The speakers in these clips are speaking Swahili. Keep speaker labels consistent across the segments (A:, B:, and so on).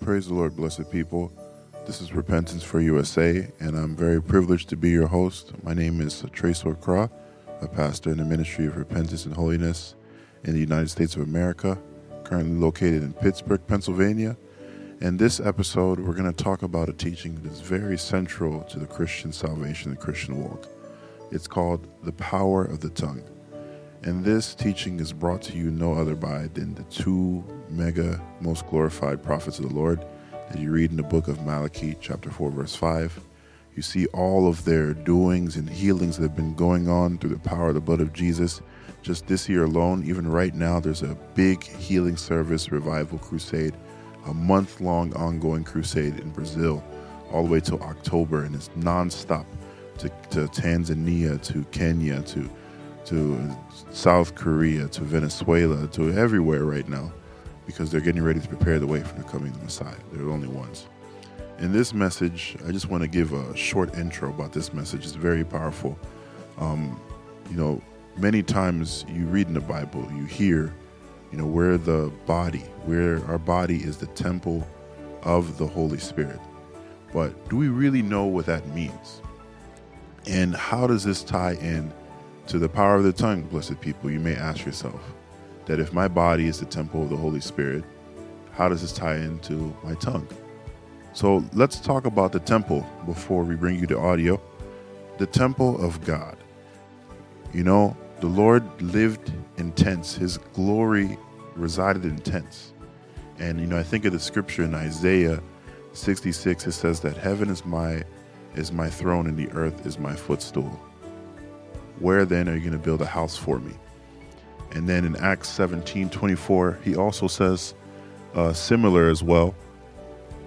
A: Praise the Lord, blessed people. This is Repentance for USA, and I'm very privileged to be your host. My name is Trace Orcra, a pastor in the Ministry of Repentance and Holiness in the United States of America, currently located in Pittsburgh, Pennsylvania. In this episode, we're going to talk about a teaching that is very central to the Christian salvation and Christian walk. It's called The Power of the Tongue. And this teaching is brought to you no other by than the two mega most glorified prophets of the Lord that you read in the book of Malachi, chapter 4, verse 5. You see all of their doings and healings that have been going on through the power of the blood of Jesus. Just this year alone, even right now, there's a big healing service revival crusade, a month long ongoing crusade in Brazil, all the way till October, and it's nonstop to, to Tanzania, to Kenya, to to South Korea, to Venezuela, to everywhere right now, because they're getting ready to prepare the way for the coming of the Messiah. They're the only ones. In this message, I just want to give a short intro about this message. It's very powerful. Um, you know, many times you read in the Bible, you hear, you know, we're the body, where our body is the temple of the Holy Spirit. But do we really know what that means? And how does this tie in? to the power of the tongue, blessed people, you may ask yourself that if my body is the temple of the Holy Spirit, how does this tie into my tongue? So let's talk about the temple before we bring you to audio. The temple of God. You know, the Lord lived in tents, His glory resided in tents. And, you know, I think of the scripture in Isaiah 66, it says that heaven is my is my throne and the earth is my footstool where then are you going to build a house for me? And then in Acts 17 24, he also says uh, similar as well.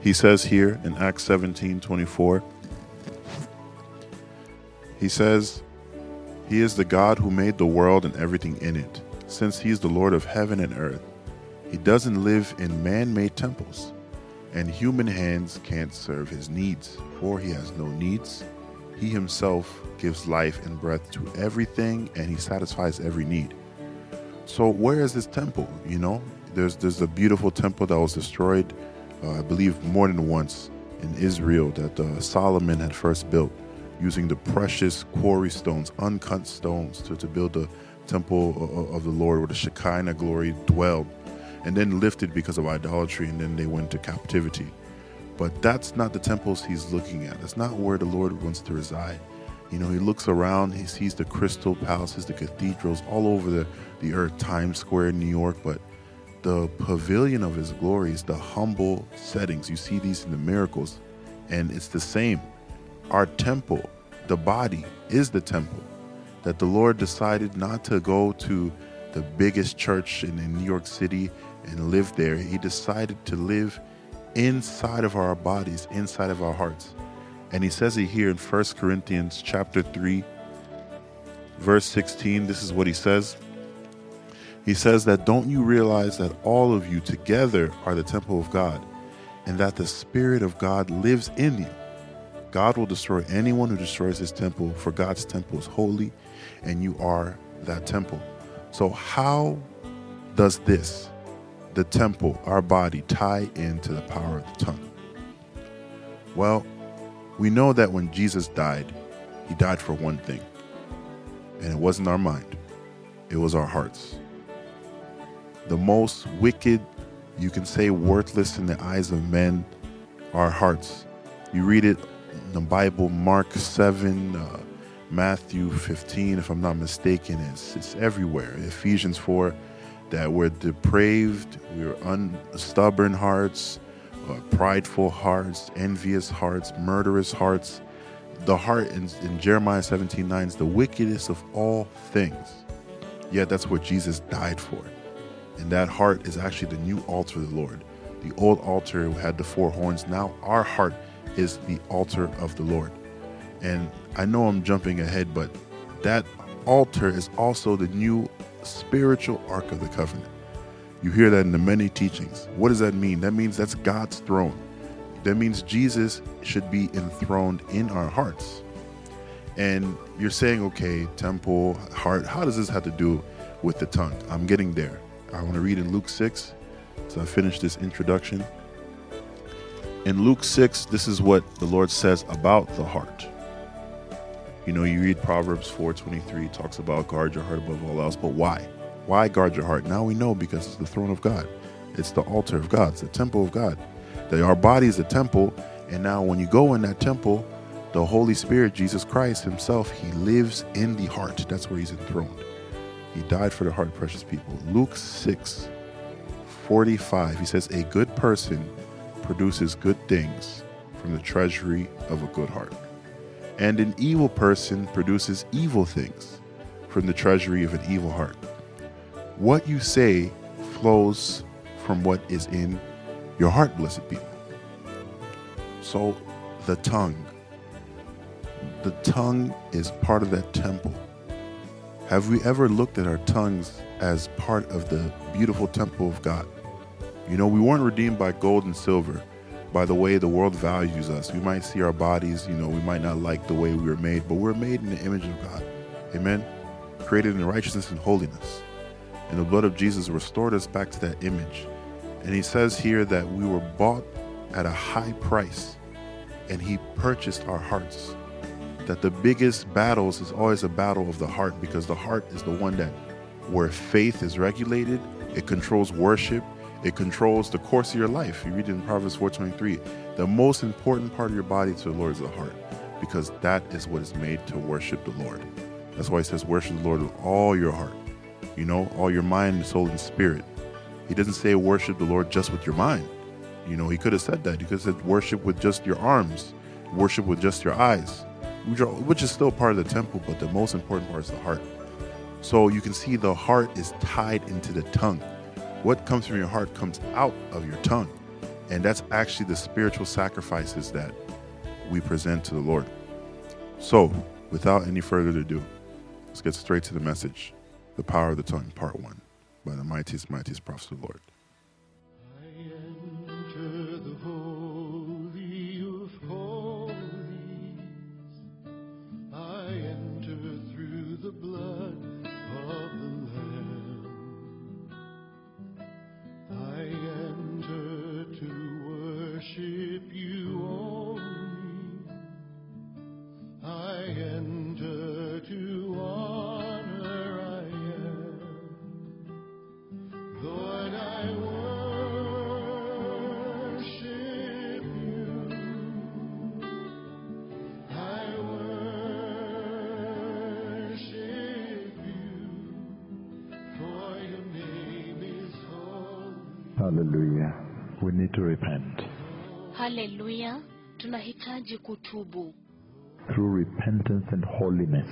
A: He says here in Acts 17 24, he says, He is the God who made the world and everything in it. Since He is the Lord of heaven and earth, He doesn't live in man made temples, and human hands can't serve His needs, for He has no needs. He himself gives life and breath to everything and he satisfies every need. So where is this temple? You know, there's there's a beautiful temple that was destroyed, uh, I believe more than once in Israel that uh, Solomon had first built using the precious quarry stones, uncut stones to, to build the temple uh, of the Lord where the Shekinah glory dwelled and then lifted because of idolatry and then they went to captivity. But that's not the temples he's looking at. That's not where the Lord wants to reside. You know, he looks around, he sees the crystal palaces, the cathedrals all over the, the earth, Times Square, New York. But the pavilion of his glory is the humble settings. You see these in the miracles, and it's the same. Our temple, the body, is the temple that the Lord decided not to go to the biggest church in, in New York City and live there. He decided to live inside of our bodies, inside of our hearts. And he says it here in 1 Corinthians chapter 3 verse 16. This is what he says. He says that don't you realize that all of you together are the temple of God and that the spirit of God lives in you. God will destroy anyone who destroys his temple, for God's temple is holy and you are that temple. So how does this the temple, our body, tie into the power of the tongue? Well, we know that when Jesus died, he died for one thing, and it wasn't our mind, it was our hearts. The most wicked, you can say worthless in the eyes of men, are hearts. You read it in the Bible, Mark 7, uh, Matthew 15, if I'm not mistaken, it's, it's everywhere. Ephesians 4 that we're depraved, we're un- stubborn hearts, uh, prideful hearts, envious hearts, murderous hearts. The heart in, in Jeremiah 17 9 is the wickedest of all things. Yet that's what Jesus died for. And that heart is actually the new altar of the Lord. The old altar had the four horns. Now our heart is the altar of the Lord. And I know I'm jumping ahead, but that altar is also the new spiritual ark of the covenant. You hear that in the many teachings. What does that mean? That means that's God's throne. That means Jesus should be enthroned in our hearts. And you're saying, okay, temple, heart, how does this have to do with the tongue? I'm getting there. I want to read in Luke 6. So I finished this introduction. In Luke 6, this is what the Lord says about the heart. You know, you read Proverbs 4:23 talks about guard your heart above all else, but why? Why guard your heart? Now we know because it's the throne of God. It's the altar of God, it's the temple of God. That our body is a temple, and now when you go in that temple, the Holy Spirit, Jesus Christ himself, he lives in the heart. That's where he's enthroned. He died for the heart, precious people. Luke 6, 45, he says, A good person produces good things from the treasury of a good heart, and an evil person produces evil things from the treasury of an evil heart. What you say flows from what is in your heart, blessed people. So, the tongue. The tongue is part of that temple. Have we ever looked at our tongues as part of the beautiful temple of God? You know, we weren't redeemed by gold and silver, by the way the world values us. We might see our bodies, you know, we might not like the way we were made, but we're made in the image of God. Amen? Created in righteousness and holiness. And the blood of Jesus restored us back to that image. And he says here that we were bought at a high price, and he purchased our hearts. That the biggest battles is always a battle of the heart because the heart is the one that where faith is regulated, it controls worship, it controls the course of your life. You read it in Proverbs 4:23. The most important part of your body to the Lord is the heart, because that is what is made to worship the Lord. That's why he says, worship the Lord with all your heart. You know, all your mind, soul, and spirit. He doesn't say worship the Lord just with your mind. You know, he could have said that. He could have said worship with just your arms, worship with just your eyes, which, are, which is still part of the temple, but the most important part is the heart. So you can see the heart is tied into the tongue. What comes from your heart comes out of your tongue. And that's actually the spiritual sacrifices that we present to the Lord. So, without any further ado, let's get straight to the message The Power of the Tongue, Part 1, by the Mightiest, Mightiest Prophets of the Lord.
B: I enter the holy of holies. I enter through the blood of the Lamb. I enter to worship you only. I enter to honor I am. Lord, I worship you. I worship you, for your name is holy.
C: Hallelujah. We need to repent.
D: Haleluya, tunahitaji kutubu.
C: Through repentance and holiness.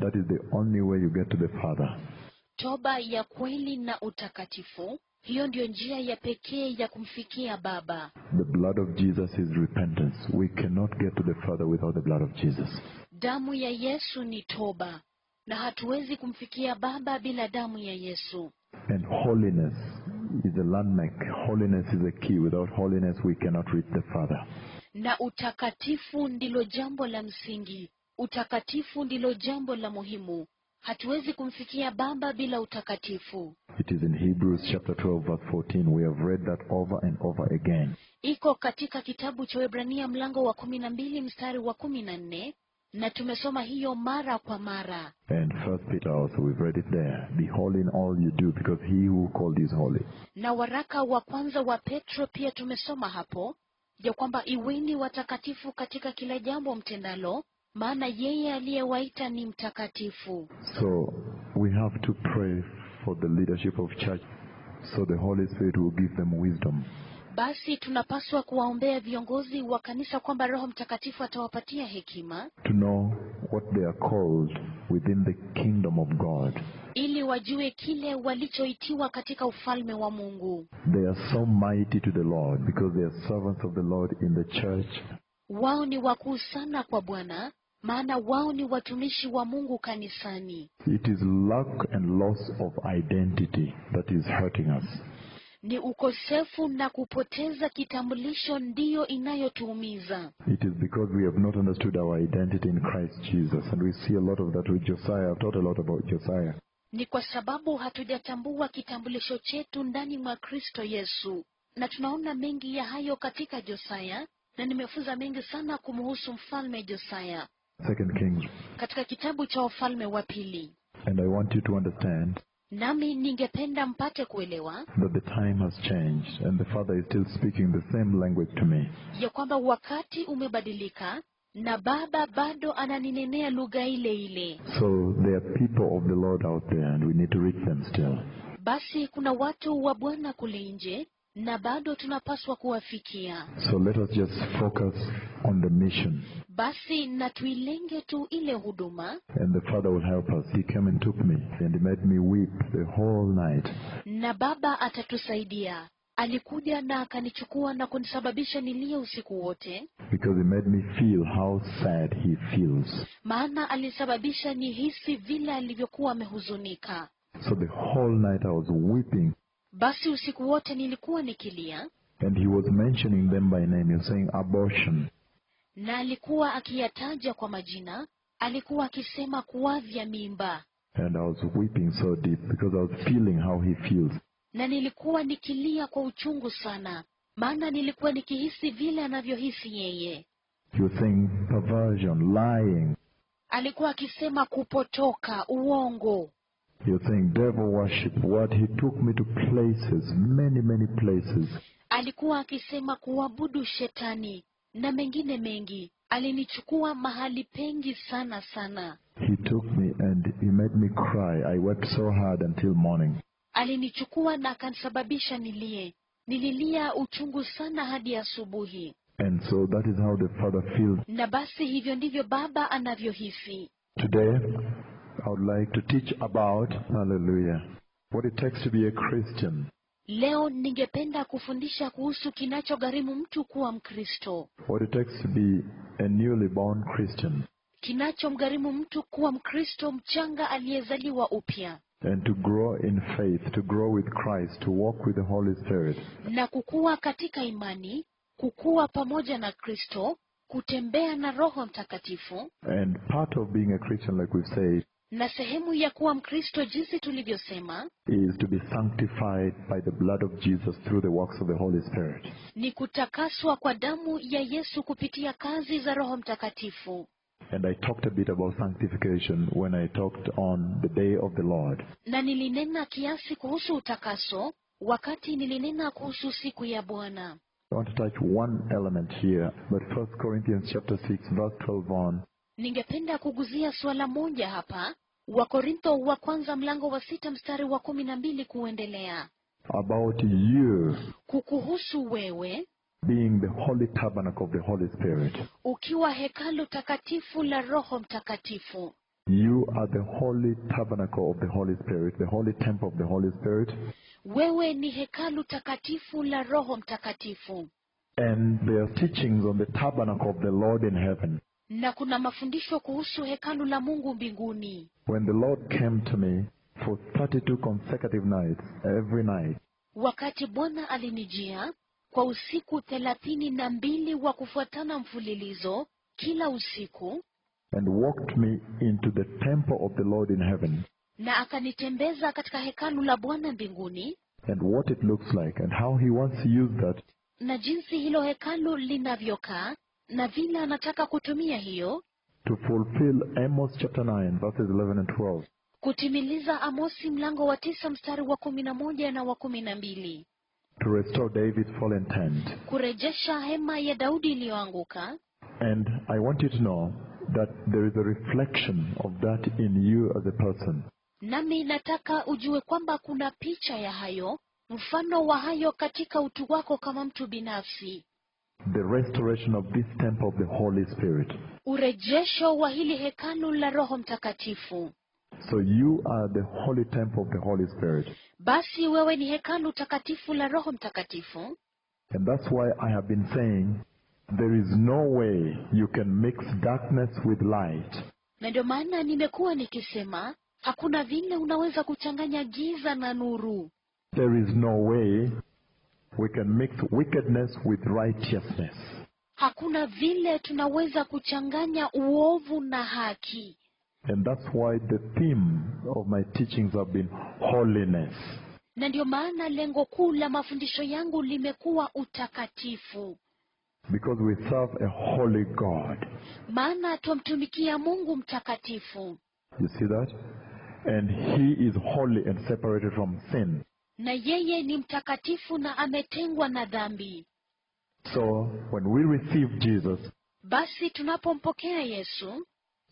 C: That is the only way you get to the Father.
D: Toba ya kweli na utakatifu, hiyo ndiyo njia ya pekee ya kumfikia Baba.
C: The blood of Jesus is repentance. We cannot get to the Father without the blood of Jesus.
D: Damu ya Yesu ni toba, na hatuwezi kumfikia Baba bila damu ya Yesu.
C: And holiness is a landmark. Holiness is a key. Without holiness, we cannot reach the Father.
D: Na utakatifu ndilo jambo la msingi, utakatifu ndilo jambo la muhimu. Hatuwezi kumfikia Baba bila utakatifu.
C: It is in Hebrews chapter 12, verse 14. We have read that over and over again.
D: Iko katika kitabu cha Waebrania mlango wa kumi na mbili mstari wa kumi na nne na tumesoma hiyo mara kwa mara.
C: And First Peter also, we've read it there. Be holy in all you do, because he who called you is holy.
D: na waraka wa kwanza wa Petro pia tumesoma hapo ya kwamba iweni watakatifu katika kila jambo mtendalo, maana yeye aliyewaita ni mtakatifu.
C: So we have to pray for the leadership of church, so the Holy Spirit will give them wisdom.
D: Basi tunapaswa kuwaombea viongozi wa kanisa kwamba Roho Mtakatifu atawapatia hekima
C: to know what they are called within the kingdom of God.
D: ili wajue kile walichoitiwa katika ufalme wa Mungu.
C: They are so mighty to the Lord because they are servants of the Lord in the church.
D: Wao ni wakuu sana kwa Bwana, maana wao ni watumishi wa Mungu kanisani.
C: It is lack and loss of identity that is hurting us.
D: Ni ukosefu na kupoteza kitambulisho ndiyo inayotuumiza.
C: It is because we have not understood our identity in Christ Jesus. And we see a lot of that with Josiah. I've taught a lot about Josiah.
D: ni kwa sababu hatujatambua kitambulisho chetu ndani mwa Kristo Yesu, na tunaona mengi ya hayo katika Josaya, na nimefunza mengi sana kumuhusu mfalme Josaya
C: Second Kings.
D: katika kitabu cha Wafalme wa Pili.
C: And I want you to understand
D: Nami ningependa mpate kuelewa
C: that the time has changed and the Father is still speaking the same language to me.
D: ya kwamba wakati umebadilika na Baba bado ananinenea lugha ile ile.
C: So there are people of the Lord out there and we need to reach them still.
D: Basi kuna watu wa Bwana kule nje na bado tunapaswa kuwafikia.
C: So let us just focus on the mission
D: Basi na tuilenge tu ile huduma,
C: and the Father will help us. He came and took me and he made me weep the whole night.
D: na Baba atatusaidia. Alikuja na akanichukua na kunisababisha nilie usiku wote,
C: because he made me feel how sad he feels.
D: maana alisababisha nihisi vile alivyokuwa amehuzunika.
C: So the whole night I was weeping,
D: Basi usiku wote nilikuwa nikilia,
C: and he was mentioning them by name. He was saying abortion,
D: na alikuwa akiyataja kwa majina, alikuwa akisema kuavya mimba,
C: and I was weeping so deep because I was feeling how he feels.
D: na nilikuwa nikilia kwa uchungu sana, maana nilikuwa nikihisi vile anavyohisi yeye.
C: He was saying perversion, lying.
D: Alikuwa akisema kupotoka, uongo,
C: He was saying devil worship. What he took me to places, many many places.
D: alikuwa akisema kuabudu shetani na mengine mengi. Alinichukua mahali pengi sana sana,
C: He took me and he made me cry. I wept so hard until morning.
D: alinichukua na akanisababisha nilie. Nililia uchungu sana hadi asubuhi,
C: And so that is how the Father feels.
D: na basi hivyo ndivyo Baba anavyohisi.
C: Today, I would like to teach about, hallelujah, what it takes to be a Christian,
D: Leo ningependa kufundisha kuhusu kinachogharimu mtu kuwa Mkristo,
C: what it takes to be a newly born Christian,
D: kinachomgharimu mtu kuwa Mkristo mchanga aliyezaliwa upya
C: and to grow in faith, to grow with Christ, to walk with the Holy Spirit.
D: na kukua katika imani, kukua pamoja na Kristo, kutembea na Roho Mtakatifu.
C: And part of being a Christian, like we've said,
D: Na sehemu ya kuwa Mkristo jinsi tulivyosema
C: is to be sanctified by the blood of Jesus through the works of the Holy Spirit.
D: ni kutakaswa kwa damu ya Yesu kupitia kazi za Roho Mtakatifu.
C: And I talked a bit about sanctification when I talked on the day of the Lord.
D: Na nilinena kiasi kuhusu utakaso wakati nilinena kuhusu siku ya Bwana.
C: I want to touch one element here, but 1 Corinthians chapter 6, verse 12 on,
D: Ningependa kuguzia suala moja hapa, Wakorintho wa kwanza mlango wa sita mstari wa kumi na mbili kuendelea,
C: about you
D: kukuhusu wewe
C: being the holy tabernacle of the Holy Spirit.
D: ukiwa hekalu takatifu la Roho Mtakatifu.
C: You are the holy tabernacle of the Holy Spirit, the holy temple of the Holy Spirit,
D: Wewe ni hekalu takatifu la Roho Mtakatifu,
C: and there are teachings on the tabernacle of the Lord in heaven.
D: na kuna mafundisho kuhusu hekalu la Mungu mbinguni.
C: When the Lord came to me for 32 consecutive nights, every night,
D: Wakati Bwana alinijia kwa usiku thelathini na mbili wa kufuatana mfululizo kila usiku,
C: and walked me into the temple of the Lord in heaven,
D: na akanitembeza katika hekalu la Bwana mbinguni,
C: and what it looks like, and how He wants to use that
D: na jinsi hilo hekalu linavyokaa na vile anataka kutumia hiyo
C: to fulfill Amos chapter 9, verses 11 and 12.
D: kutimiliza Amosi mlango wa tisa mstari wa kumi na moja na wa kumi na mbili
C: to restore David's fallen tent.
D: kurejesha hema ya Daudi iliyoanguka.
C: And I want you to know that there is a reflection of that in you as a person.
D: Nami nataka ujue kwamba kuna picha ya hayo, mfano wa hayo katika utu wako kama mtu binafsi,
C: The restoration of this temple of the Holy Spirit.
D: urejesho wa hili hekalu la Roho Mtakatifu.
C: So you are the holy temple of the Holy Spirit.
D: Basi wewe ni hekalu takatifu la Roho Mtakatifu,
C: And that's why I have been saying there is no way you can mix darkness with light.
D: na ndio maana nimekuwa nikisema hakuna vile unaweza kuchanganya giza na nuru.
C: There is no way we can mix wickedness with righteousness.
D: Hakuna vile tunaweza kuchanganya uovu na haki,
C: And that's why the theme of my teachings have been holiness.
D: na ndiyo maana lengo kuu la mafundisho yangu limekuwa utakatifu,
C: because we serve a holy God.
D: maana twamtumikia Mungu mtakatifu,
C: You see that? And He is holy and separated from sin.
D: na yeye ni mtakatifu na ametengwa na dhambi.
C: So when we receive Jesus,
D: Basi tunapompokea Yesu,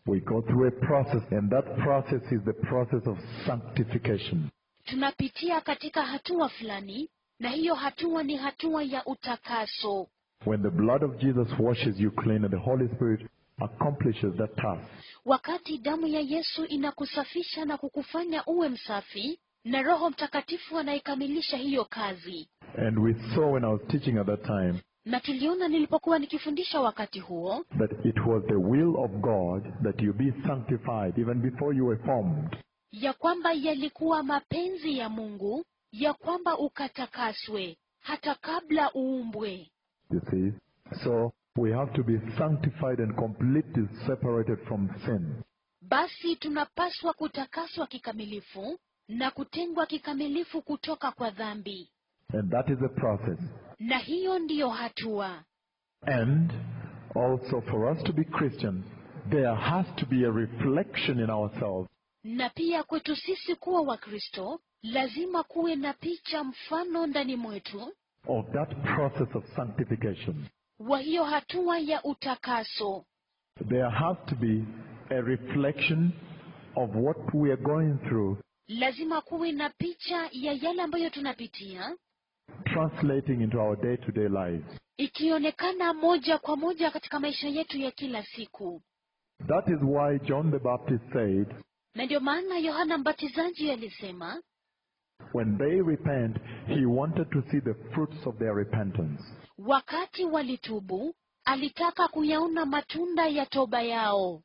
C: we go through a process, and that process is the process of sanctification.
D: tunapitia katika hatua fulani, na hiyo hatua ni hatua ya utakaso.
C: When the blood of Jesus washes you clean and the Holy Spirit accomplishes that task,
D: Wakati damu ya Yesu inakusafisha na kukufanya uwe msafi, na Roho Mtakatifu anaikamilisha hiyo kazi.
C: and we saw when I was teaching at that time
D: Na tuliona nilipokuwa nikifundisha wakati huo
C: that it was the will of God that you be sanctified even before you were formed.
D: ya kwamba yalikuwa mapenzi ya Mungu ya kwamba ukatakaswe hata kabla uumbwe.
C: You see? So we have to be sanctified and completely separated from sin.
D: Basi tunapaswa kutakaswa kikamilifu na kutengwa kikamilifu kutoka kwa dhambi,
C: And that is a process.
D: na hiyo ndiyo hatua.
C: And also for us to be Christians, there has to be a reflection in ourselves
D: Na pia kwetu sisi kuwa Wakristo lazima kuwe na picha mfano ndani mwetu
C: of that process of sanctification.
D: wa hiyo hatua ya utakaso.
C: There has to be a reflection of what we are going through,
D: Lazima kuwe na picha ya yale ambayo tunapitia
C: translating into our day to day lives.
D: ikionekana moja kwa moja katika maisha yetu ya kila siku,
C: That is why John the Baptist said,
D: na ndio maana Yohana Mbatizaji alisema
C: when they repent, he wanted to see the fruits of their repentance.
D: wakati walitubu, alitaka kuyaona matunda ya toba yao,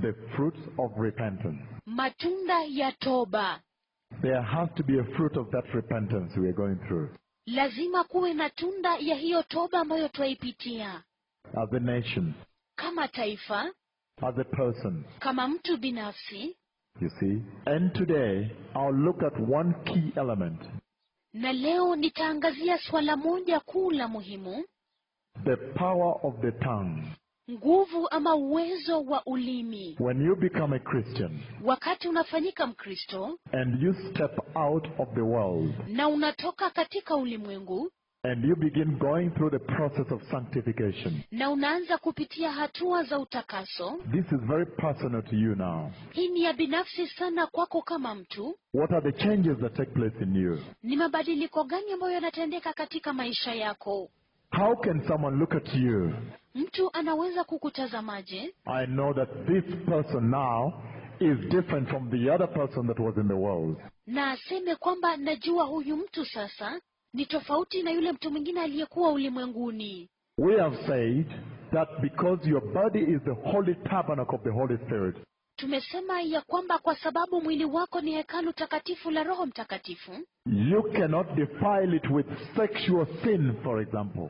C: The fruits of repentance.
D: matunda ya toba.
C: There has to be a fruit of that repentance we are going through
D: Lazima kuwe na tunda ya hiyo toba ambayo twaipitia
C: as a nation,
D: kama taifa,
C: as a person.
D: kama mtu binafsi.
C: You see? And today, I'll look at one key element
D: Na leo nitaangazia suala moja kuu la muhimu,
C: the power of the tongue.
D: nguvu ama uwezo wa ulimi.
C: When you become a Christian
D: Wakati unafanyika Mkristo
C: and you step out of the world
D: na unatoka katika ulimwengu
C: and you begin going through the process of sanctification,
D: na unaanza kupitia hatua za utakaso,
C: this is very personal to you now.
D: hii ni ya binafsi sana kwako kama mtu.
C: What are the changes that take place in you?
D: Ni mabadiliko gani ambayo yanatendeka katika maisha yako?
C: How can someone look at you?
D: Mtu anaweza kukutazamaje
C: I know that this person now is different from the other person that was in the world.
D: na aseme kwamba najua huyu mtu sasa ni tofauti na yule mtu mwingine aliyekuwa ulimwenguni?
C: We have said that because your body is the holy tabernacle of the Holy Spirit,
D: Tumesema ya kwamba kwa sababu mwili wako ni hekalu takatifu la Roho Mtakatifu,
C: you cannot defile it with sexual sin, for example.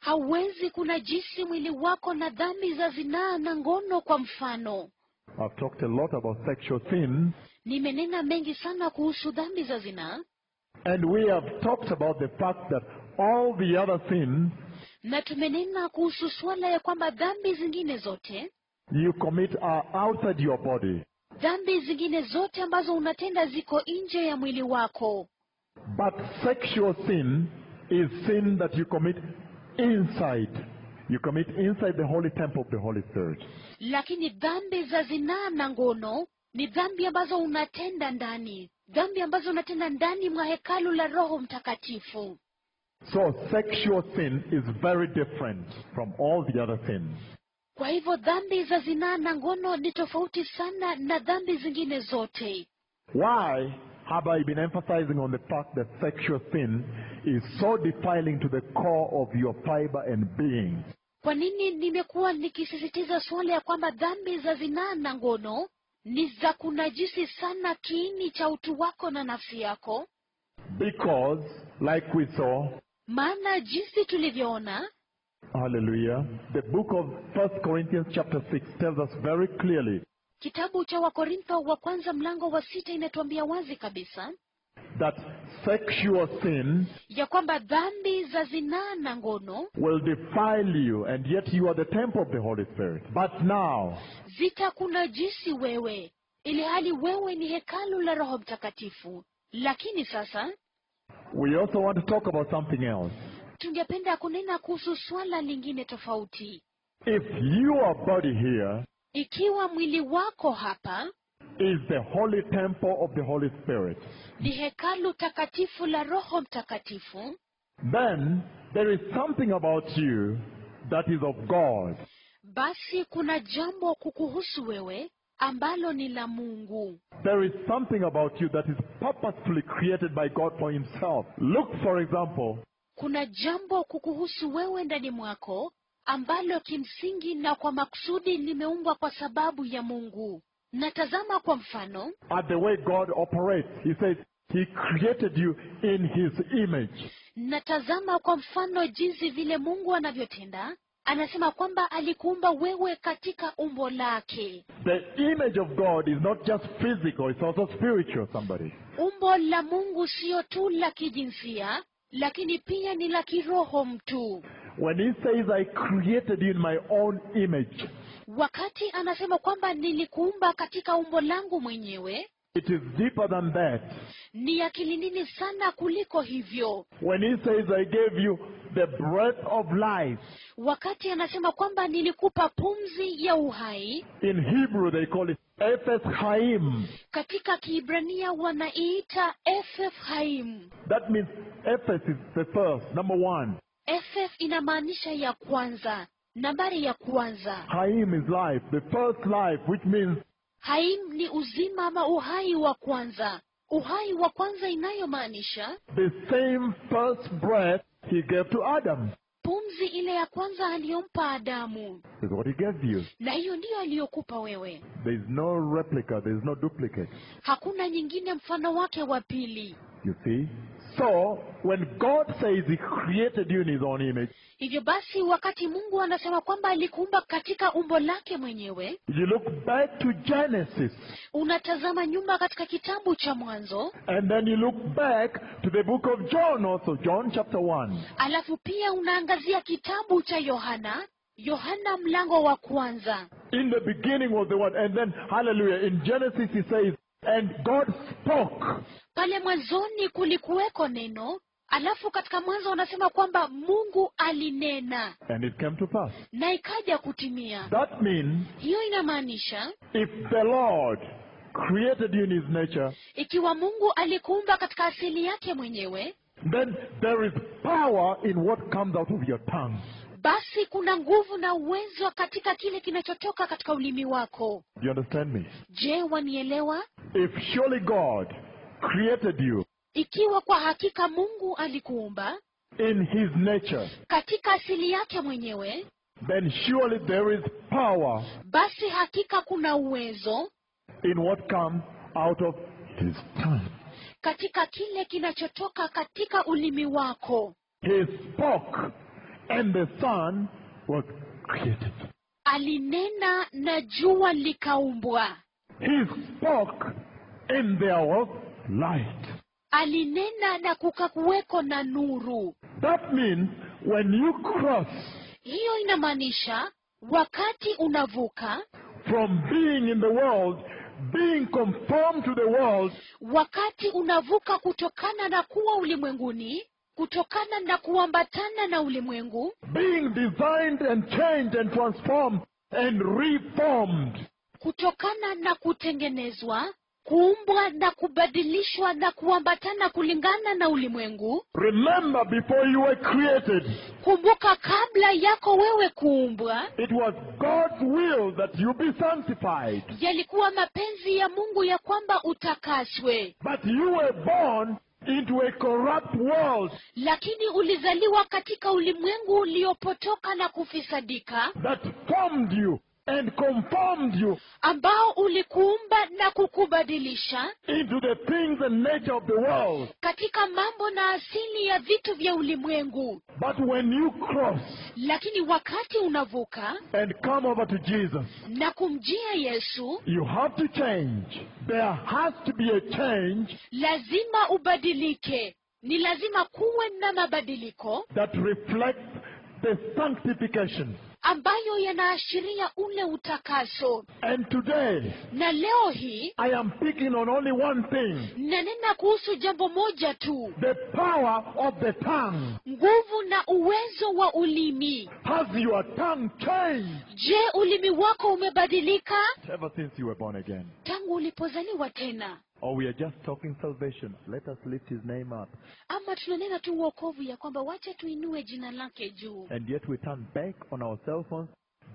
D: hauwezi kunajisi mwili wako na dhambi za zinaa na ngono. Kwa mfano,
C: I've talked a lot about sexual sin,
D: nimenena mengi sana kuhusu dhambi za zinaa,
C: and we have talked about the fact that all the other sins
D: na tumenena kuhusu suala ya kwamba dhambi zingine zote,
C: you commit are outside your body.
D: dhambi zingine zote ambazo unatenda ziko nje ya mwili wako,
C: But sexual sin is sin that you commit inside. You commit inside the holy temple of the Holy Spirit.
D: lakini dhambi za zinaa na ngono ni dhambi ambazo unatenda ndani, dhambi ambazo unatenda ndani mwa hekalu la Roho Mtakatifu.
C: So sexual sin is very different from all the other sins.
D: Kwa hivyo dhambi za zinaa na ngono ni tofauti sana na dhambi zingine zote.
C: Why have I been emphasizing on the fact that sexual sin is so defiling to the core of your fiber and being?
D: Kwa nini nimekuwa nikisisitiza suala ya kwamba dhambi za zinaa na ngono ni za kunajisi sana kiini cha utu wako na nafsi yako?
C: Because, like we saw,
D: Maana jinsi tulivyoona
C: hallelujah, the book of 1 Corinthians chapter 6 tells us very clearly
D: kitabu cha Wakorintho wa kwanza mlango wa sita inatuambia wazi kabisa
C: that sexual sin
D: ya kwamba dhambi za zinaa na ngono
C: will defile you, and yet you are the temple of the Holy Spirit. But now,
D: zitakunajisi wewe ili hali wewe ni hekalu la roho mtakatifu lakini sasa
C: we also want to talk about something else.
D: tungependa kunena kuhusu swala lingine tofauti
C: If your body here
D: ikiwa mwili wako hapa
C: is the holy temple of the Holy Spirit,
D: ni hekalu takatifu la roho mtakatifu
C: then there is something about you that is of God.
D: basi kuna jambo kukuhusu wewe ambalo ni la mungu
C: There is something about you that is purposefully created by God for Himself. Look, for example,
D: kuna jambo kukuhusu wewe ndani mwako ambalo kimsingi na kwa makusudi limeumbwa kwa sababu ya mungu na tazama kwa mfano
C: at the way God operates. He says He created you in His image.
D: na tazama kwa mfano jinsi vile mungu anavyotenda anasema kwamba alikuumba wewe katika umbo lake
C: The image of God is not just physical, it's also spiritual, somebody.
D: umbo la mungu siyo tu la kijinsia lakini pia ni la kiroho mtu
C: When He says, I created you in my own image,
D: wakati anasema kwamba nilikuumba katika umbo langu mwenyewe
C: it is deeper than that.
D: ni akili nini sana kuliko hivyo
C: When He says, I gave you the breath of life,
D: wakati anasema kwamba nilikupa pumzi ya uhai
C: in Hebrew they call it Ephes Chaim.
D: katika kiibrania wanaiita ff haim
C: That means Ephes is the first, number one.
D: ff inamaanisha ya kwanza nambari ya kwanza
C: Chaim is life, the first life, which means
D: haim ni uzima ama uhai wa kwanza uhai wa kwanza inayomaanisha
C: the same first breath He gave to Adam.
D: pumzi ile ya kwanza aliyompa adamu
C: Is what He gave you.
D: na hiyo ndiyo aliyokupa wewe
C: There is no replica, there is no duplicate.
D: hakuna nyingine mfano wake wa pili
C: You see? So, when God says He created you in His own image,
D: hivyo basi wakati mungu anasema kwamba alikuumba katika umbo lake mwenyewe
C: you look back to Genesis,
D: unatazama nyuma katika kitabu cha mwanzo
C: and then you look back to the book of John also, John chapter 1.
D: alafu pia unaangazia kitabu cha yohana yohana mlango wa kwanza
C: In the beginning was the Word, and then, hallelujah, in Genesis He says, and God spoke.
D: pale mwanzoni kulikuweko neno alafu katika mwanzo unasema kwamba mungu alinena
C: And it came to pass.
D: na ikaja kutimia
C: That means,
D: hiyo inamaanisha
C: if the Lord created you in His nature,
D: ikiwa mungu alikuumba katika asili yake mwenyewe
C: then there is power in what comes out of your tongue.
D: basi kuna nguvu na uwezo katika kile kinachotoka katika ulimi wako
C: Do you understand me?
D: je wanielewa
C: If surely God created you
D: ikiwa kwa hakika mungu alikuumba
C: in his nature,
D: katika asili yake mwenyewe
C: then surely there is power
D: basi hakika kuna uwezo
C: in what comes out of his tongue.
D: katika kile kinachotoka katika ulimi wako
C: He spoke, and the sun was created.
D: alinena na jua likaumbwa
C: He spoke, and there was light.
D: alinena na kukakuweko na nuru
C: That means when you cross
D: hiyo inamaanisha wakati unavuka
C: from being in the world, being conformed to the world,
D: wakati unavuka kutokana na kuwa ulimwenguni kutokana na kuambatana na ulimwengu
C: being designed and changed and transformed and reformed
D: kutokana na kutengenezwa kuumbwa na kubadilishwa na kuambatana kulingana na ulimwengu
C: Remember, before you were created,
D: kumbuka kabla yako wewe kuumbwa
C: it was God's will that you be sanctified.
D: yalikuwa mapenzi ya mungu ya kwamba utakaswe
C: But you were born into a corrupt world
D: lakini ulizaliwa katika ulimwengu uliopotoka na kufisadika
C: that formed you and conformed you
D: ambao ulikuumba na kukubadilisha
C: into the things and nature of the world.
D: katika mambo na asili ya vitu vya ulimwengu
C: But when you cross
D: lakini wakati unavuka
C: and come over to Jesus,
D: na kumjia yesu
C: you have to change. There has to be a change
D: lazima ubadilike ni lazima kuwe na mabadiliko
C: that reflects the sanctification.
D: ambayo yanaashiria ule utakaso
C: And today,
D: na leo hii
C: I am picking on only one thing
D: nanena kuhusu jambo moja tu
C: the power of the tongue.
D: nguvu na uwezo wa ulimi
C: Has your tongue changed
D: je ulimi wako umebadilika
C: ever since you were born again?
D: tangu ulipozaliwa tena
C: Or we are just talking salvation. Let us lift his name up.
D: ama tunanena tu uokovu ya kwamba wacha tuinue jina lake juu
C: And yet we turn back on our cell phones.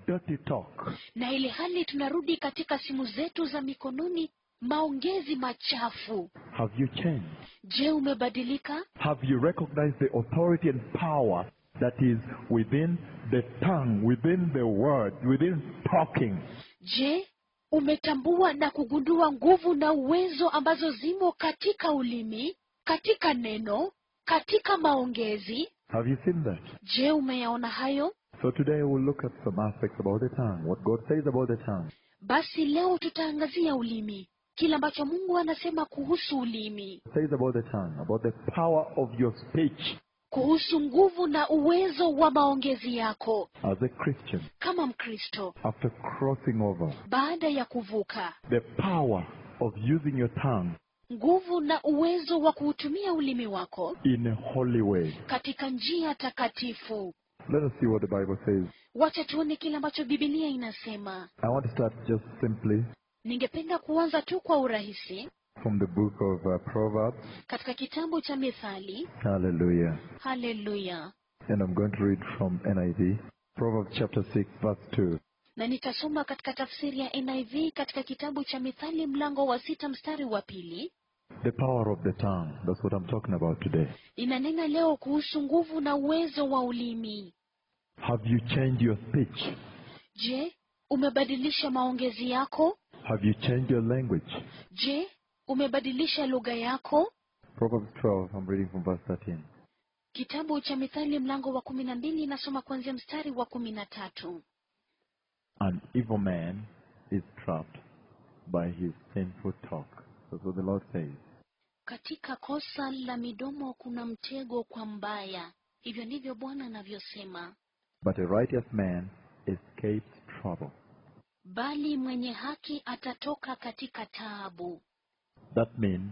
C: Dirty talk.
D: na ili hali tunarudi katika simu zetu za mikononi maongezi machafu
C: Have you changed?
D: je umebadilika
C: Have you recognized the authority and power that is within the tongue, within the word, within talking?
D: je umetambua na kugundua nguvu na uwezo ambazo zimo katika ulimi katika neno katika maongezi
C: Have you seen that?
D: je umeyaona hayo
C: So today we'll look at some aspects about the tongue, what God says about the tongue.
D: basi leo tutaangazia ulimi kile ambacho mungu anasema kuhusu ulimi
C: says about the tongue, about the power of your speech
D: kuhusu nguvu na uwezo wa maongezi yako
C: as a Christian
D: kama mkristo
C: after crossing over.
D: baada ya kuvuka
C: The power of using your tongue
D: nguvu na uwezo wa kuutumia ulimi wako
C: in a holy way.
D: katika njia takatifu
C: Let us see what the Bible says.
D: wacha tuone kile ambacho bibilia inasema
C: I want to start just simply
D: ningependa kuanza tu kwa urahisi
C: from the book of uh, Proverbs.
D: katika kitabu cha mithali
C: Hallelujah.
D: haleluya
C: And I'm going to read from NIV. Proverbs chapter 6, verse 2.
D: na nitasoma katika tafsiri ya niv katika kitabu cha mithali mlango wa sita mstari wa pili
C: The power of the tongue. That's what I'm talking about today.
D: inanena leo kuhusu nguvu na uwezo wa ulimi
C: Have you changed your speech?
D: je umebadilisha maongezi yako
C: Have you changed your language?
D: je umebadilisha lugha yako
C: Proverbs 12, I'm reading from verse 13.
D: kitabu cha mithali mlango wa kumi na mbili inasoma kuanzia mstari wa kumi na tatu
C: An evil man is trapped by his sinful talk. That's what the Lord says.
D: katika kosa la midomo kuna mtego kwa mbaya hivyo ndivyo bwana anavyosema
C: But a righteous man escapes trouble.
D: bali mwenye haki atatoka katika taabu
C: That means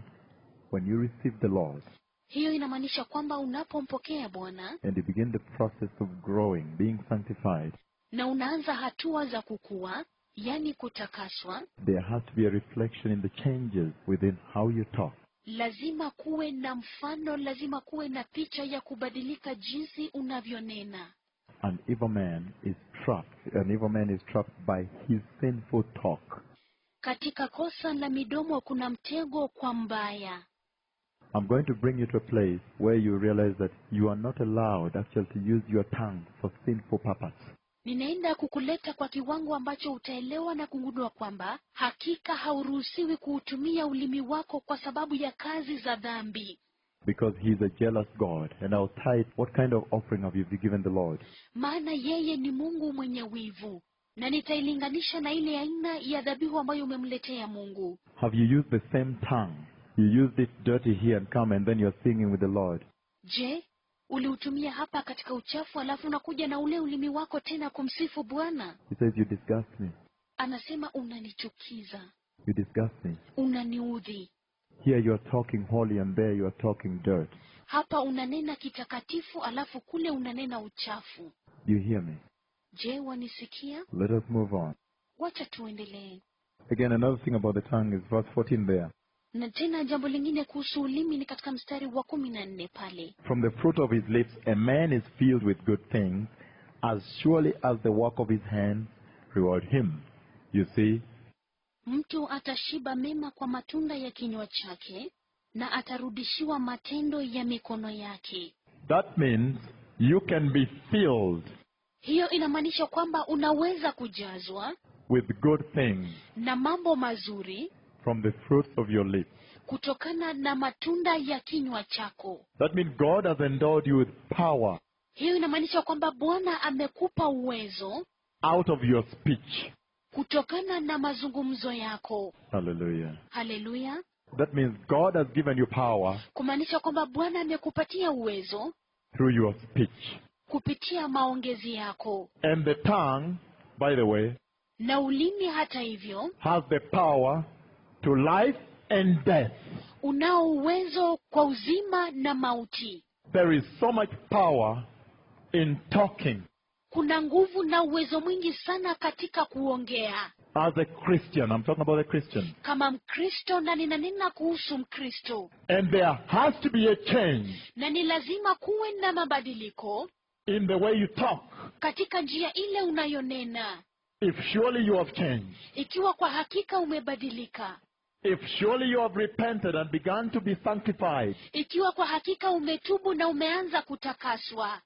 C: when you receive the Lord
D: hiyo inamaanisha kwamba unapompokea bwana
C: and you begin the process of growing, being sanctified,
D: na unaanza hatua za kukua yani kutakaswa
C: there has to be a reflection in the changes within how you talk.
D: lazima kuwe na mfano lazima kuwe na picha ya kubadilika jinsi unavyonena
C: An evil man is trapped. An evil man is trapped by his sinful talk.
D: katika kosa la midomo kuna mtego kwa mbaya
C: I'm going to bring you to a place where you realize that you are not allowed actually to use your tongue for sinful purpose.
D: ninaenda kukuleta kwa kiwango ambacho utaelewa na kugundua kwamba hakika hauruhusiwi kuutumia ulimi wako kwa sababu ya kazi za dhambi
C: Because he's a jealous God. And I'll tie it, what kind of offering have you given the Lord?
D: maana yeye ni mungu mwenye wivu na nitailinganisha na ile aina ya dhabihu ambayo umemletea mungu
C: Have you used the same tongue? You used it dirty here and come and then you're singing with the Lord.
D: je uliutumia hapa katika uchafu alafu unakuja na ule ulimi wako tena kumsifu bwana
C: He says, you disgust me.
D: anasema unanichukiza
C: You disgust me.
D: unaniudhi
C: Here you're talking holy and there you're talking dirt.
D: hapa unanena kitakatifu alafu kule unanena uchafu
C: You hear me?
D: je wanisikia
C: Let us move on.
D: wacha tuendelee
C: Again, another thing about the tongue is verse 14 there.
D: na tena jambo lingine kuhusu ulimi ni katika mstari wa kumi na nne pale
C: From the fruit of his lips, a man is filled with good things, as surely as the work of his hands reward him. You see,
D: mtu atashiba mema kwa matunda ya kinywa chake na atarudishiwa matendo ya mikono yake
C: that means you can be filled
D: hiyo inamaanisha kwamba unaweza kujazwa
C: with good things
D: na mambo mazuri
C: from the fruits of your lips.
D: kutokana na matunda ya kinywa chako.
C: That means God has endowed you with power
D: Hiyo inamaanisha kwamba Bwana amekupa uwezo
C: out of your speech.
D: kutokana na mazungumzo yako.
C: Hallelujah.
D: Haleluya!
C: That means God has given you power
D: Kumaanisha kwamba Bwana amekupatia uwezo
C: through your speech.
D: kupitia maongezi yako,
C: And the tongue, by the way,
D: na ulimi hata hivyo
C: has the power to life and death.
D: unao uwezo kwa uzima na mauti.
C: There is so much power in talking.
D: Kuna nguvu na uwezo mwingi sana katika kuongea.
C: As a Christian, I'm talking about a Christian.
D: Kama Mkristo, na ninanena kuhusu Mkristo,
C: And there has to be a change
D: na ni lazima kuwe na mabadiliko
C: in the way you talk.
D: katika njia ile unayonena.
C: If surely you have changed,
D: Ikiwa kwa hakika umebadilika,
C: if surely you have repented and begun to be sanctified,
D: ikiwa kwa hakika umetubu na umeanza kutakaswa,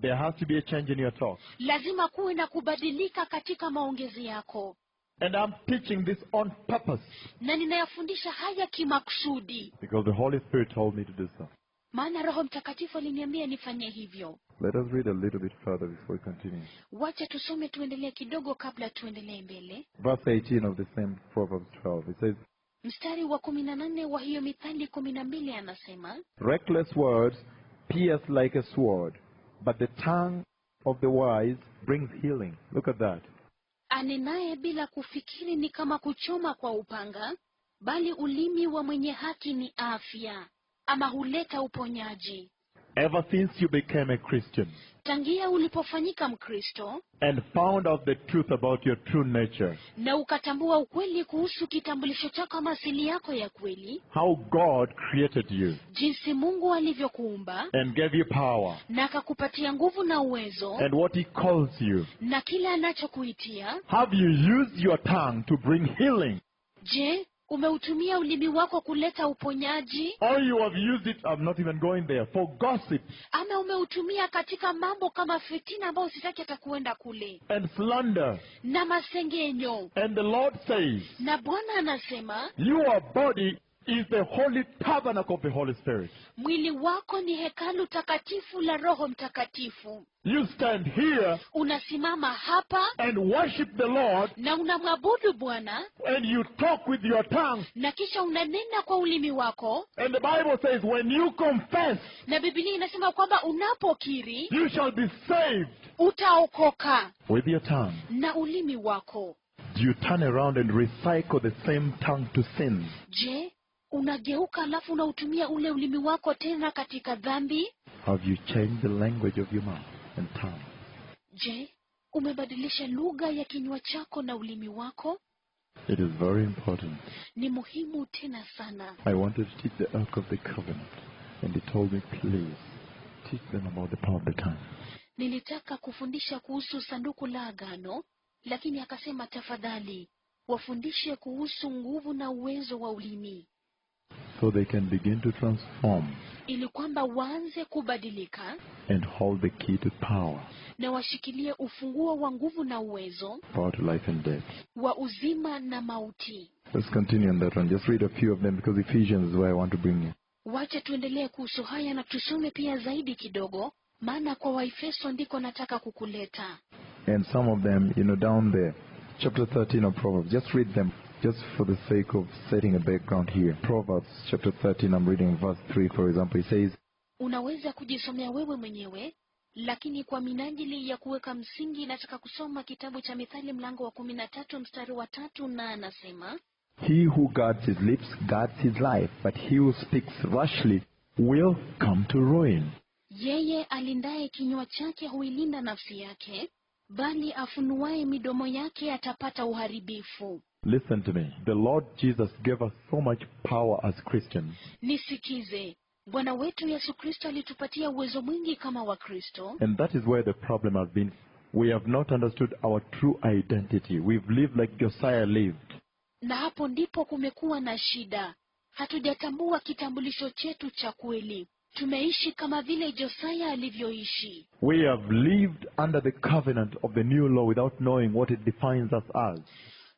C: there has to be a change in your talk.
D: lazima kuwe na kubadilika katika maongezi yako,
C: And I'm teaching this on purpose
D: na ninayafundisha haya kimakusudi,
C: because the Holy Spirit told me to do so.
D: maana Roho Mtakatifu aliniambia nifanye hivyo.
C: Let us read a little bit further before we continue.
D: Wacha tusome tuendelee kidogo kabla tuendelee mbele.
C: Verse 18 of the same Proverbs 12. It says,
D: Mstari wa kumi na nane wa hiyo Mithali kumi na mbili anasema,
C: Reckless words pierce like a sword, but the tongue of the wise brings healing. Look at that.
D: anenaye bila kufikiri ni kama kuchoma kwa upanga, bali ulimi wa mwenye haki ni afya, ama huleta uponyaji.
C: Ever since you became a Christian
D: Tangia ulipofanyika Mkristo
C: and found out the truth about your true nature,
D: na ukatambua ukweli kuhusu kitambulisho chako ama asili yako ya kweli,
C: how God created you
D: jinsi Mungu alivyokuumba
C: and gave you power
D: na akakupatia nguvu na uwezo
C: and what He calls you,
D: na kile anachokuitia,
C: have you used your tongue to bring healing?
D: je, umeutumia ulimi wako kuleta uponyaji
C: Or you have used it, I'm not even going there, for gossip
D: ama umeutumia katika mambo kama fitina ambayo sitaki hata kuenda kule
C: and slander?
D: na masengenyo.
C: And the Lord says,
D: Na Bwana anasema
C: Your body is the holy tabernacle of the Holy Spirit.
D: mwili wako ni hekalu takatifu la Roho Mtakatifu.
C: You stand here
D: Unasimama hapa
C: and worship the Lord,
D: na unamwabudu Bwana
C: and you talk with your tongue.
D: na kisha unanena kwa ulimi wako,
C: And the Bible says, When you confess,
D: na Biblia inasema kwamba unapokiri
C: you shall be saved
D: utaokoka
C: with your tongue.
D: na ulimi wako.
C: Do you turn around and recycle the same tongue to sin?
D: Je, unageuka alafu unautumia ule ulimi wako tena katika dhambi?
C: Have you changed the language of your mouth and tongue?
D: Je, umebadilisha lugha ya kinywa chako na ulimi wako?
C: It is very important.
D: Ni muhimu tena sana.
C: I wanted to teach the Ark of the Covenant, and he told me, please, teach them about the power of the tongue.
D: Nilitaka kufundisha kuhusu sanduku la agano, lakini akasema tafadhali wafundishe kuhusu nguvu na uwezo wa ulimi
C: so they can begin to transform
D: ili kwamba waanze kubadilika
C: and hold the key to power,
D: na washikilie ufunguo wa nguvu na uwezo
C: power to life and death.
D: wa uzima na mauti.
C: Let's continue on that one. Just read a few of them because Ephesians is where I want to bring you.
D: Wacha tuendelee kuhusu haya na tusome pia zaidi kidogo, maana kwa Waefeso ndiko nataka kukuleta.
C: And some of them, you know, down there, chapter 13 of Proverbs. Just read them, just for the sake of setting a background here. Proverbs chapter 13, I'm reading verse 3, for example. It says,
D: Unaweza kujisomea wewe mwenyewe, lakini kwa minajili ya kuweka msingi nataka kusoma kitabu cha Mithali mlango wa kumi na tatu mstari wa tatu na anasema
C: He who guards his lips guards his life, but he who speaks rashly will come to ruin.
D: yeye alindaye kinywa chake huilinda nafsi yake, bali afunuaye midomo yake atapata uharibifu.
C: Listen to me. The Lord Jesus gave us so much power as Christians.
D: Nisikize, Bwana wetu Yesu Kristo alitupatia uwezo mwingi kama Wakristo,
C: And that is where the problem has been. We have not understood our true identity. We've lived like Josiah lived.
D: na hapo ndipo kumekuwa na shida. Hatujatambua kitambulisho chetu cha kweli. Tumeishi kama vile Josaya alivyoishi.
E: We have lived under the covenant of the new law without knowing what it defines us as.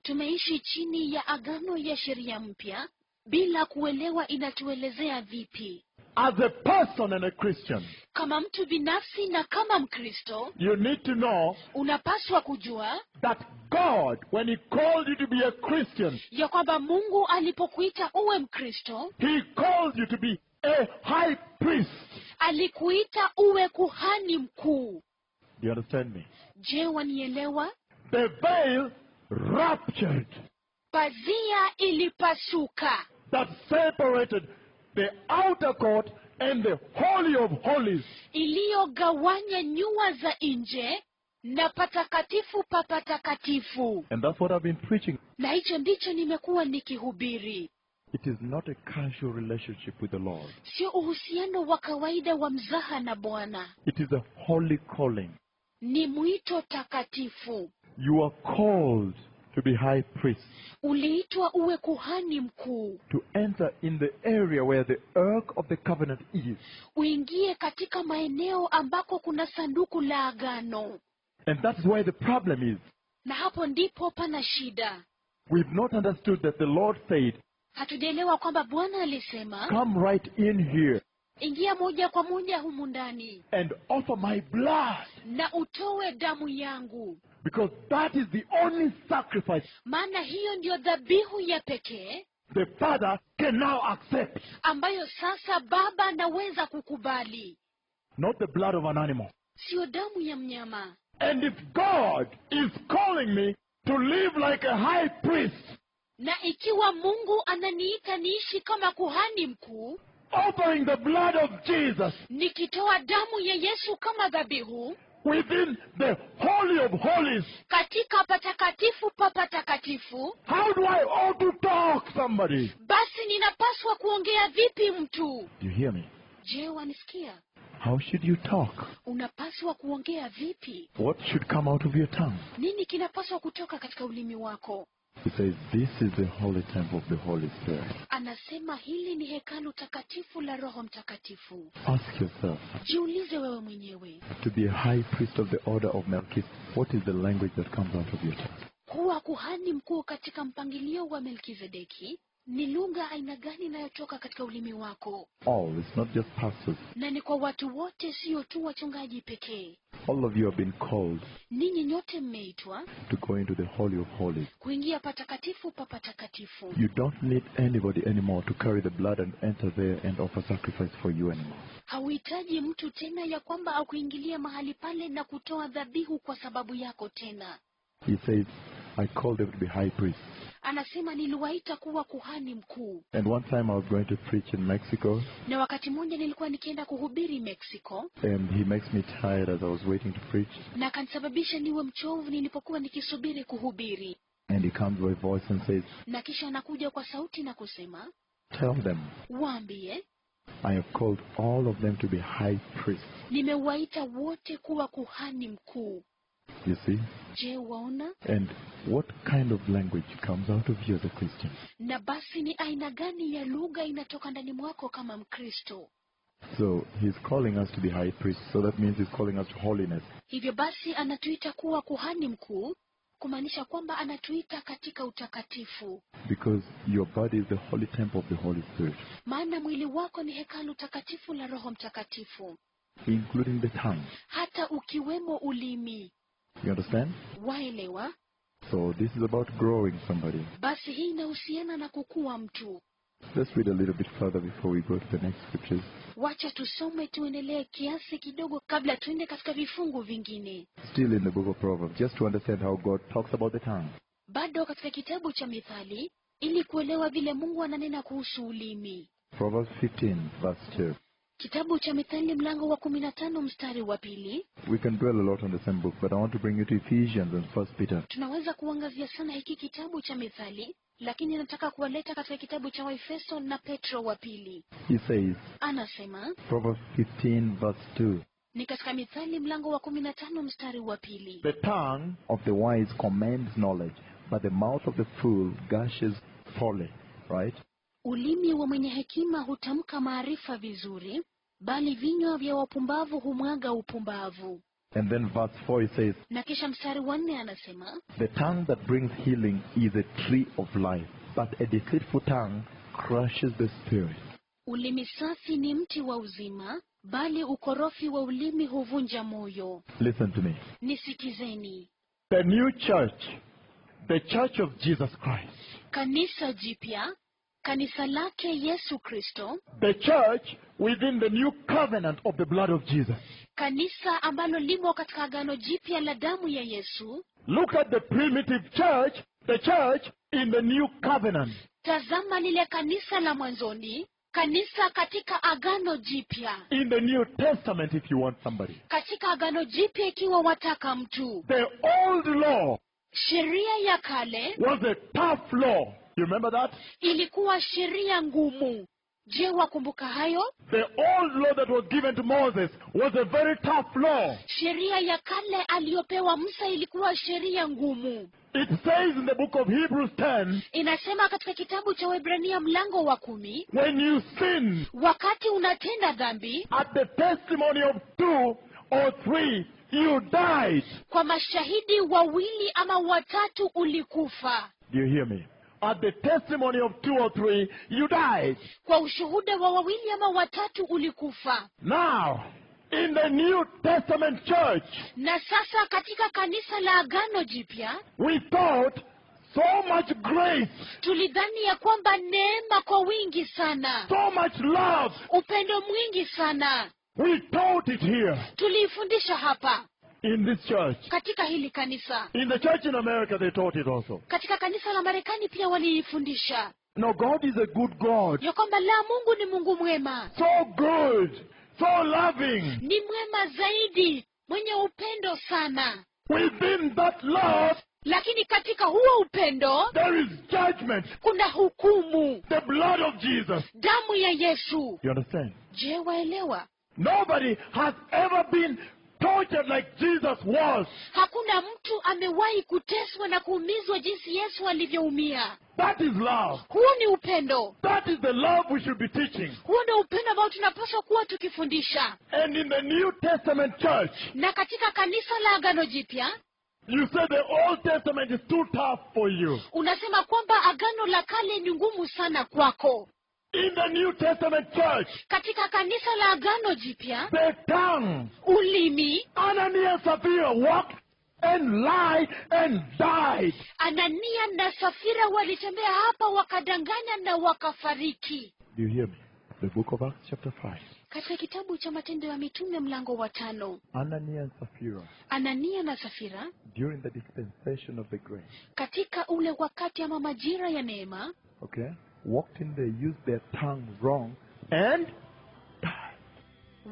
D: Tumeishi chini ya agano ya sheria mpya bila kuelewa inatuelezea vipi.
C: As a person and a Christian,
D: Kama mtu binafsi na kama Mkristo,
C: you need to know
D: unapaswa kujua
C: that God, when He called you to be a Christian,
D: ya kwamba Mungu alipokuita uwe Mkristo,
C: He called you to be a high priest.
D: alikuita uwe kuhani mkuu.
C: Do you understand me?
D: Je, wanielewa?
C: The veil ruptured
D: Pazia ilipasuka
C: that separated the outer court and the Holy of Holies.
D: iliyogawanya nyua za nje na patakatifu pa patakatifu,
E: And that's what I've been preaching.
D: na hicho ndicho nimekuwa nikihubiri.
E: It is not a casual relationship with the Lord,
D: Sio uhusiano wa kawaida wa mzaha na Bwana,
E: it is a holy calling.
D: ni mwito takatifu.
E: You are called to be high priest,
D: Uliitwa uwe kuhani mkuu,
E: to enter in the area where the ark of the covenant is,
D: uingie katika maeneo ambako kuna sanduku la agano,
E: and that's where the problem is.
D: na hapo ndipo pana shida.
E: We've not understood that the Lord said,
D: Hatujaelewa kwamba Bwana alisema,
E: Come right in here
D: ingia moja kwa moja humu ndani
E: and offer my blood,
D: na utoe damu yangu,
E: because that is the only sacrifice
D: maana hiyo ndiyo dhabihu ya pekee
E: the Father can now accept.
D: ambayo sasa Baba anaweza kukubali,
E: Not the blood of an animal.
D: siyo damu ya mnyama.
C: And if God is calling me to live like a high priest,
D: Na ikiwa Mungu ananiita niishi kama kuhani mkuu,
C: offering the blood of Jesus
D: nikitoa damu ya Yesu kama dhabihu
C: within the Holy of Holies,
D: katika patakatifu pa patakatifu,
C: how do I ought to talk, somebody?
D: basi ninapaswa kuongea vipi mtu?
E: Do you hear me?
D: Je, wanisikia?
E: How should you talk?
D: Unapaswa kuongea vipi?
E: What should come out of your tongue?
D: Nini kinapaswa kutoka katika ulimi wako?
E: He says, This is the holy temple of the Holy Spirit.
D: Anasema hili ni hekalu takatifu la Roho Mtakatifu.
E: Ask yourself,
D: Jiulize wewe mwenyewe,
E: to be a high priest of the order of Melchizedek, what is the language that comes out of your tongue?
D: kuwa kuhani mkuu katika mpangilio wa Melkizedeki ni lugha aina gani inayotoka katika ulimi wako?
E: All, it's not just pastors.
D: Na ni kwa watu wote, sio tu wachungaji pekee.
E: All of you have been called
D: Ninyi nyote mmeitwa
E: to go into the Holy of Holies.
D: kuingia patakatifu pa patakatifu.
E: You don't need anybody anymore to carry the blood and enter there and offer sacrifice for you anymore.
D: Hauhitaji mtu tena ya kwamba akuingilie mahali pale na kutoa dhabihu kwa sababu yako tena.
E: He says, I called them to be high priests.
D: Anasema niliwaita kuwa kuhani mkuu.
E: And one time I was going to preach in Mexico,
D: na wakati mmoja nilikuwa nikienda kuhubiri Mexico
E: and he makes me tired as I was waiting to preach.
D: na akanisababisha niwe mchovu nilipokuwa nikisubiri kuhubiri,
E: And he comes with a voice and says,
D: na kisha anakuja kwa sauti na kusema,
E: Tell them,
D: waambie
E: I have called all of them to be high priests.
D: nimewaita wote kuwa kuhani mkuu.
E: You see?
D: Je, waona?
E: And what kind of language comes out of you as a Christian?
D: Na basi ni aina gani ya lugha inatoka ndani mwako kama Mkristo?
E: So he's calling us to be high priests. So that means he's calling us to holiness.
D: Hivyo basi anatuita kuwa kuhani mkuu, kumaanisha kwamba anatuita katika utakatifu,
E: Because your body is the holy temple of the Holy Spirit,
D: maana mwili wako ni hekalu takatifu la Roho Mtakatifu,
E: including the tongue.
D: hata ukiwemo ulimi.
E: You understand?
D: Waelewa?
E: So this is about growing somebody.
D: Basi hii inahusiana na kukua mtu.
E: Let's read a little bit further before we go to the next scriptures.
D: Wacha tusome tuendelee kiasi kidogo kabla tuende katika vifungu vingine.
E: Still in the book of Proverbs, just to understand how God talks about the tongue.
D: Bado katika kitabu cha Mithali ili kuelewa vile Mungu ananena kuhusu ulimi.
E: Proverbs 15, verse 2.
D: Kitabu cha Mithali mlango wa 15 mstari wa pili.
E: We can dwell a lot on the same book, but I want to bring you to Ephesians and First Peter.
D: Tunaweza kuangazia sana hiki kitabu cha Mithali, lakini nataka kuwaleta katika kitabu cha Waefeso na Petro wa pili.
E: He says,
D: Anasema
E: Proverbs 15, verse 2.
D: ni katika Mithali mlango wa 15 mstari wa pili.
C: The tongue
E: of the wise commands knowledge, but the mouth of the fool gushes folly. Right?
D: Ulimi wa mwenye hekima hutamka maarifa vizuri, bali vinywa vya wapumbavu humwaga upumbavu.
C: And then verse 4 it says,
D: Na kisha mstari wa nne anasema,
C: The tongue that brings healing is a tree of life, but a deceitful tongue crushes the spirit.
D: ulimi safi ni mti wa uzima, bali ukorofi wa ulimi huvunja moyo.
C: Listen to me.
D: Nisikizeni,
C: The new church, the church of Jesus Christ,
D: kanisa jipya, kanisa lake Yesu Kristo,
C: the church within the new covenant of the blood of Jesus.
D: kanisa ambalo limo katika agano jipya la damu ya Yesu.
C: Look at the primitive church, the church in the new covenant.
D: Tazama lile kanisa la mwanzoni, kanisa katika agano jipya,
C: in the New Testament if you want somebody.
D: katika agano jipya, ikiwa wataka mtu.
C: The old law
D: Sheria ya kale
C: was a tough law. You remember that?
D: ilikuwa sheria ngumu. Je, wakumbuka hayo?
C: The old law that was given to Moses was a very tough law.
D: Sheria ya kale aliyopewa Musa ilikuwa sheria ngumu.
C: It says in the book of Hebrews 10
D: Inasema katika kitabu cha Waebrania mlango wa kumi,
C: when you sin
D: wakati unatenda dhambi
C: at the testimony of two or three, you died.
D: kwa mashahidi wawili ama watatu ulikufa.
C: Do you hear me? At the testimony of two or three, you died.
D: Kwa ushuhuda wa wawili ama watatu ulikufa.
C: Now, in the New Testament church,
D: Na sasa katika kanisa la Agano Jipya
C: we thought so much grace
D: tulidhani ya kwamba neema kwa wingi sana,
C: so much love.
D: upendo mwingi sana,
C: We taught it here
D: tuliifundisha hapa
C: in this church.
D: katika hili kanisa.
C: In the church in America, they taught it also.
D: Katika kanisa la Marekani pia waliifundisha
C: No, God is a good God.
D: ya kwamba la Mungu ni Mungu mwema,
C: So good, so loving.
D: ni mwema zaidi, mwenye upendo sana,
C: Within that love,
D: lakini katika huo upendo
C: there is judgment.
D: kuna hukumu,
C: The blood of Jesus.
D: damu ya Yesu.
C: You understand?
D: Je, waelewa?
C: Nobody has ever been tortured like Jesus was.
D: Hakuna mtu amewahi kuteswa na kuumizwa jinsi Yesu alivyoumia.
C: That is love.
D: Huo ni upendo,
C: That is the love we should be teaching.
D: huo ndio upendo ambao tunapaswa kuwa tukifundisha.
C: And in the New Testament church,
D: Na katika kanisa la Agano Jipya
C: you say the Old Testament is too tough for you.
D: unasema kwamba agano la kale ni ngumu sana kwako.
C: In the New Testament church,
D: Katika kanisa la Agano Jipya
C: the tongue,
D: ulimi
C: Ananias Sapphira walked and lied and died.
D: Anania na Safira walitembea hapa wakadanganya na wakafariki.
C: Do you hear me? The book of Acts, chapter 5.
D: Katika kitabu cha Matendo ya Mitume mlango wa tano,
C: Ananias and Sapphira,
D: Anania na Safira
C: during the dispensation of the grace,
D: katika ule wakati ama majira ya neema
C: okay, walked in there, used their tongue wrong, and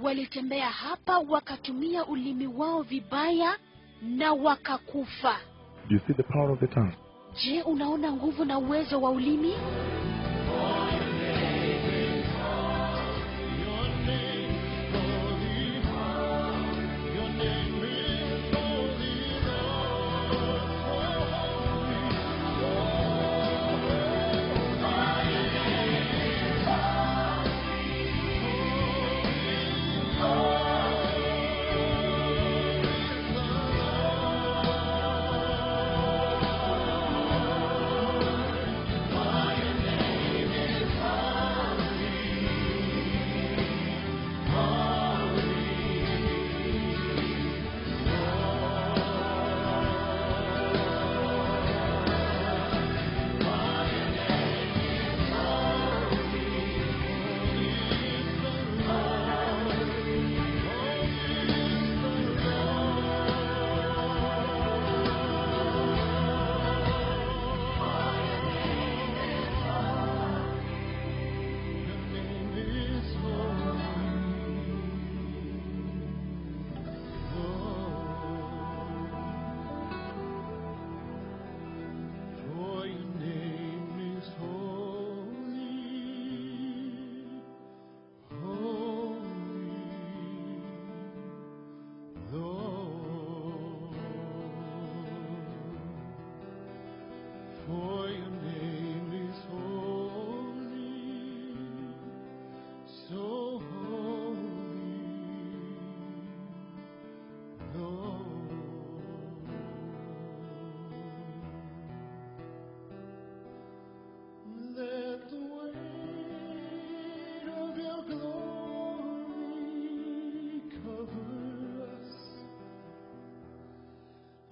D: walitembea hapa wakatumia ulimi wao vibaya na wakakufa.
C: do you see the power of the tongue?
D: Je, unaona nguvu na uwezo wa ulimi?
B: Your name is holy, your name is holy, Lord, holy, Lord. Thy name is holy, holy, Lord. Thy name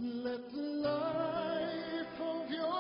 B: Let life of your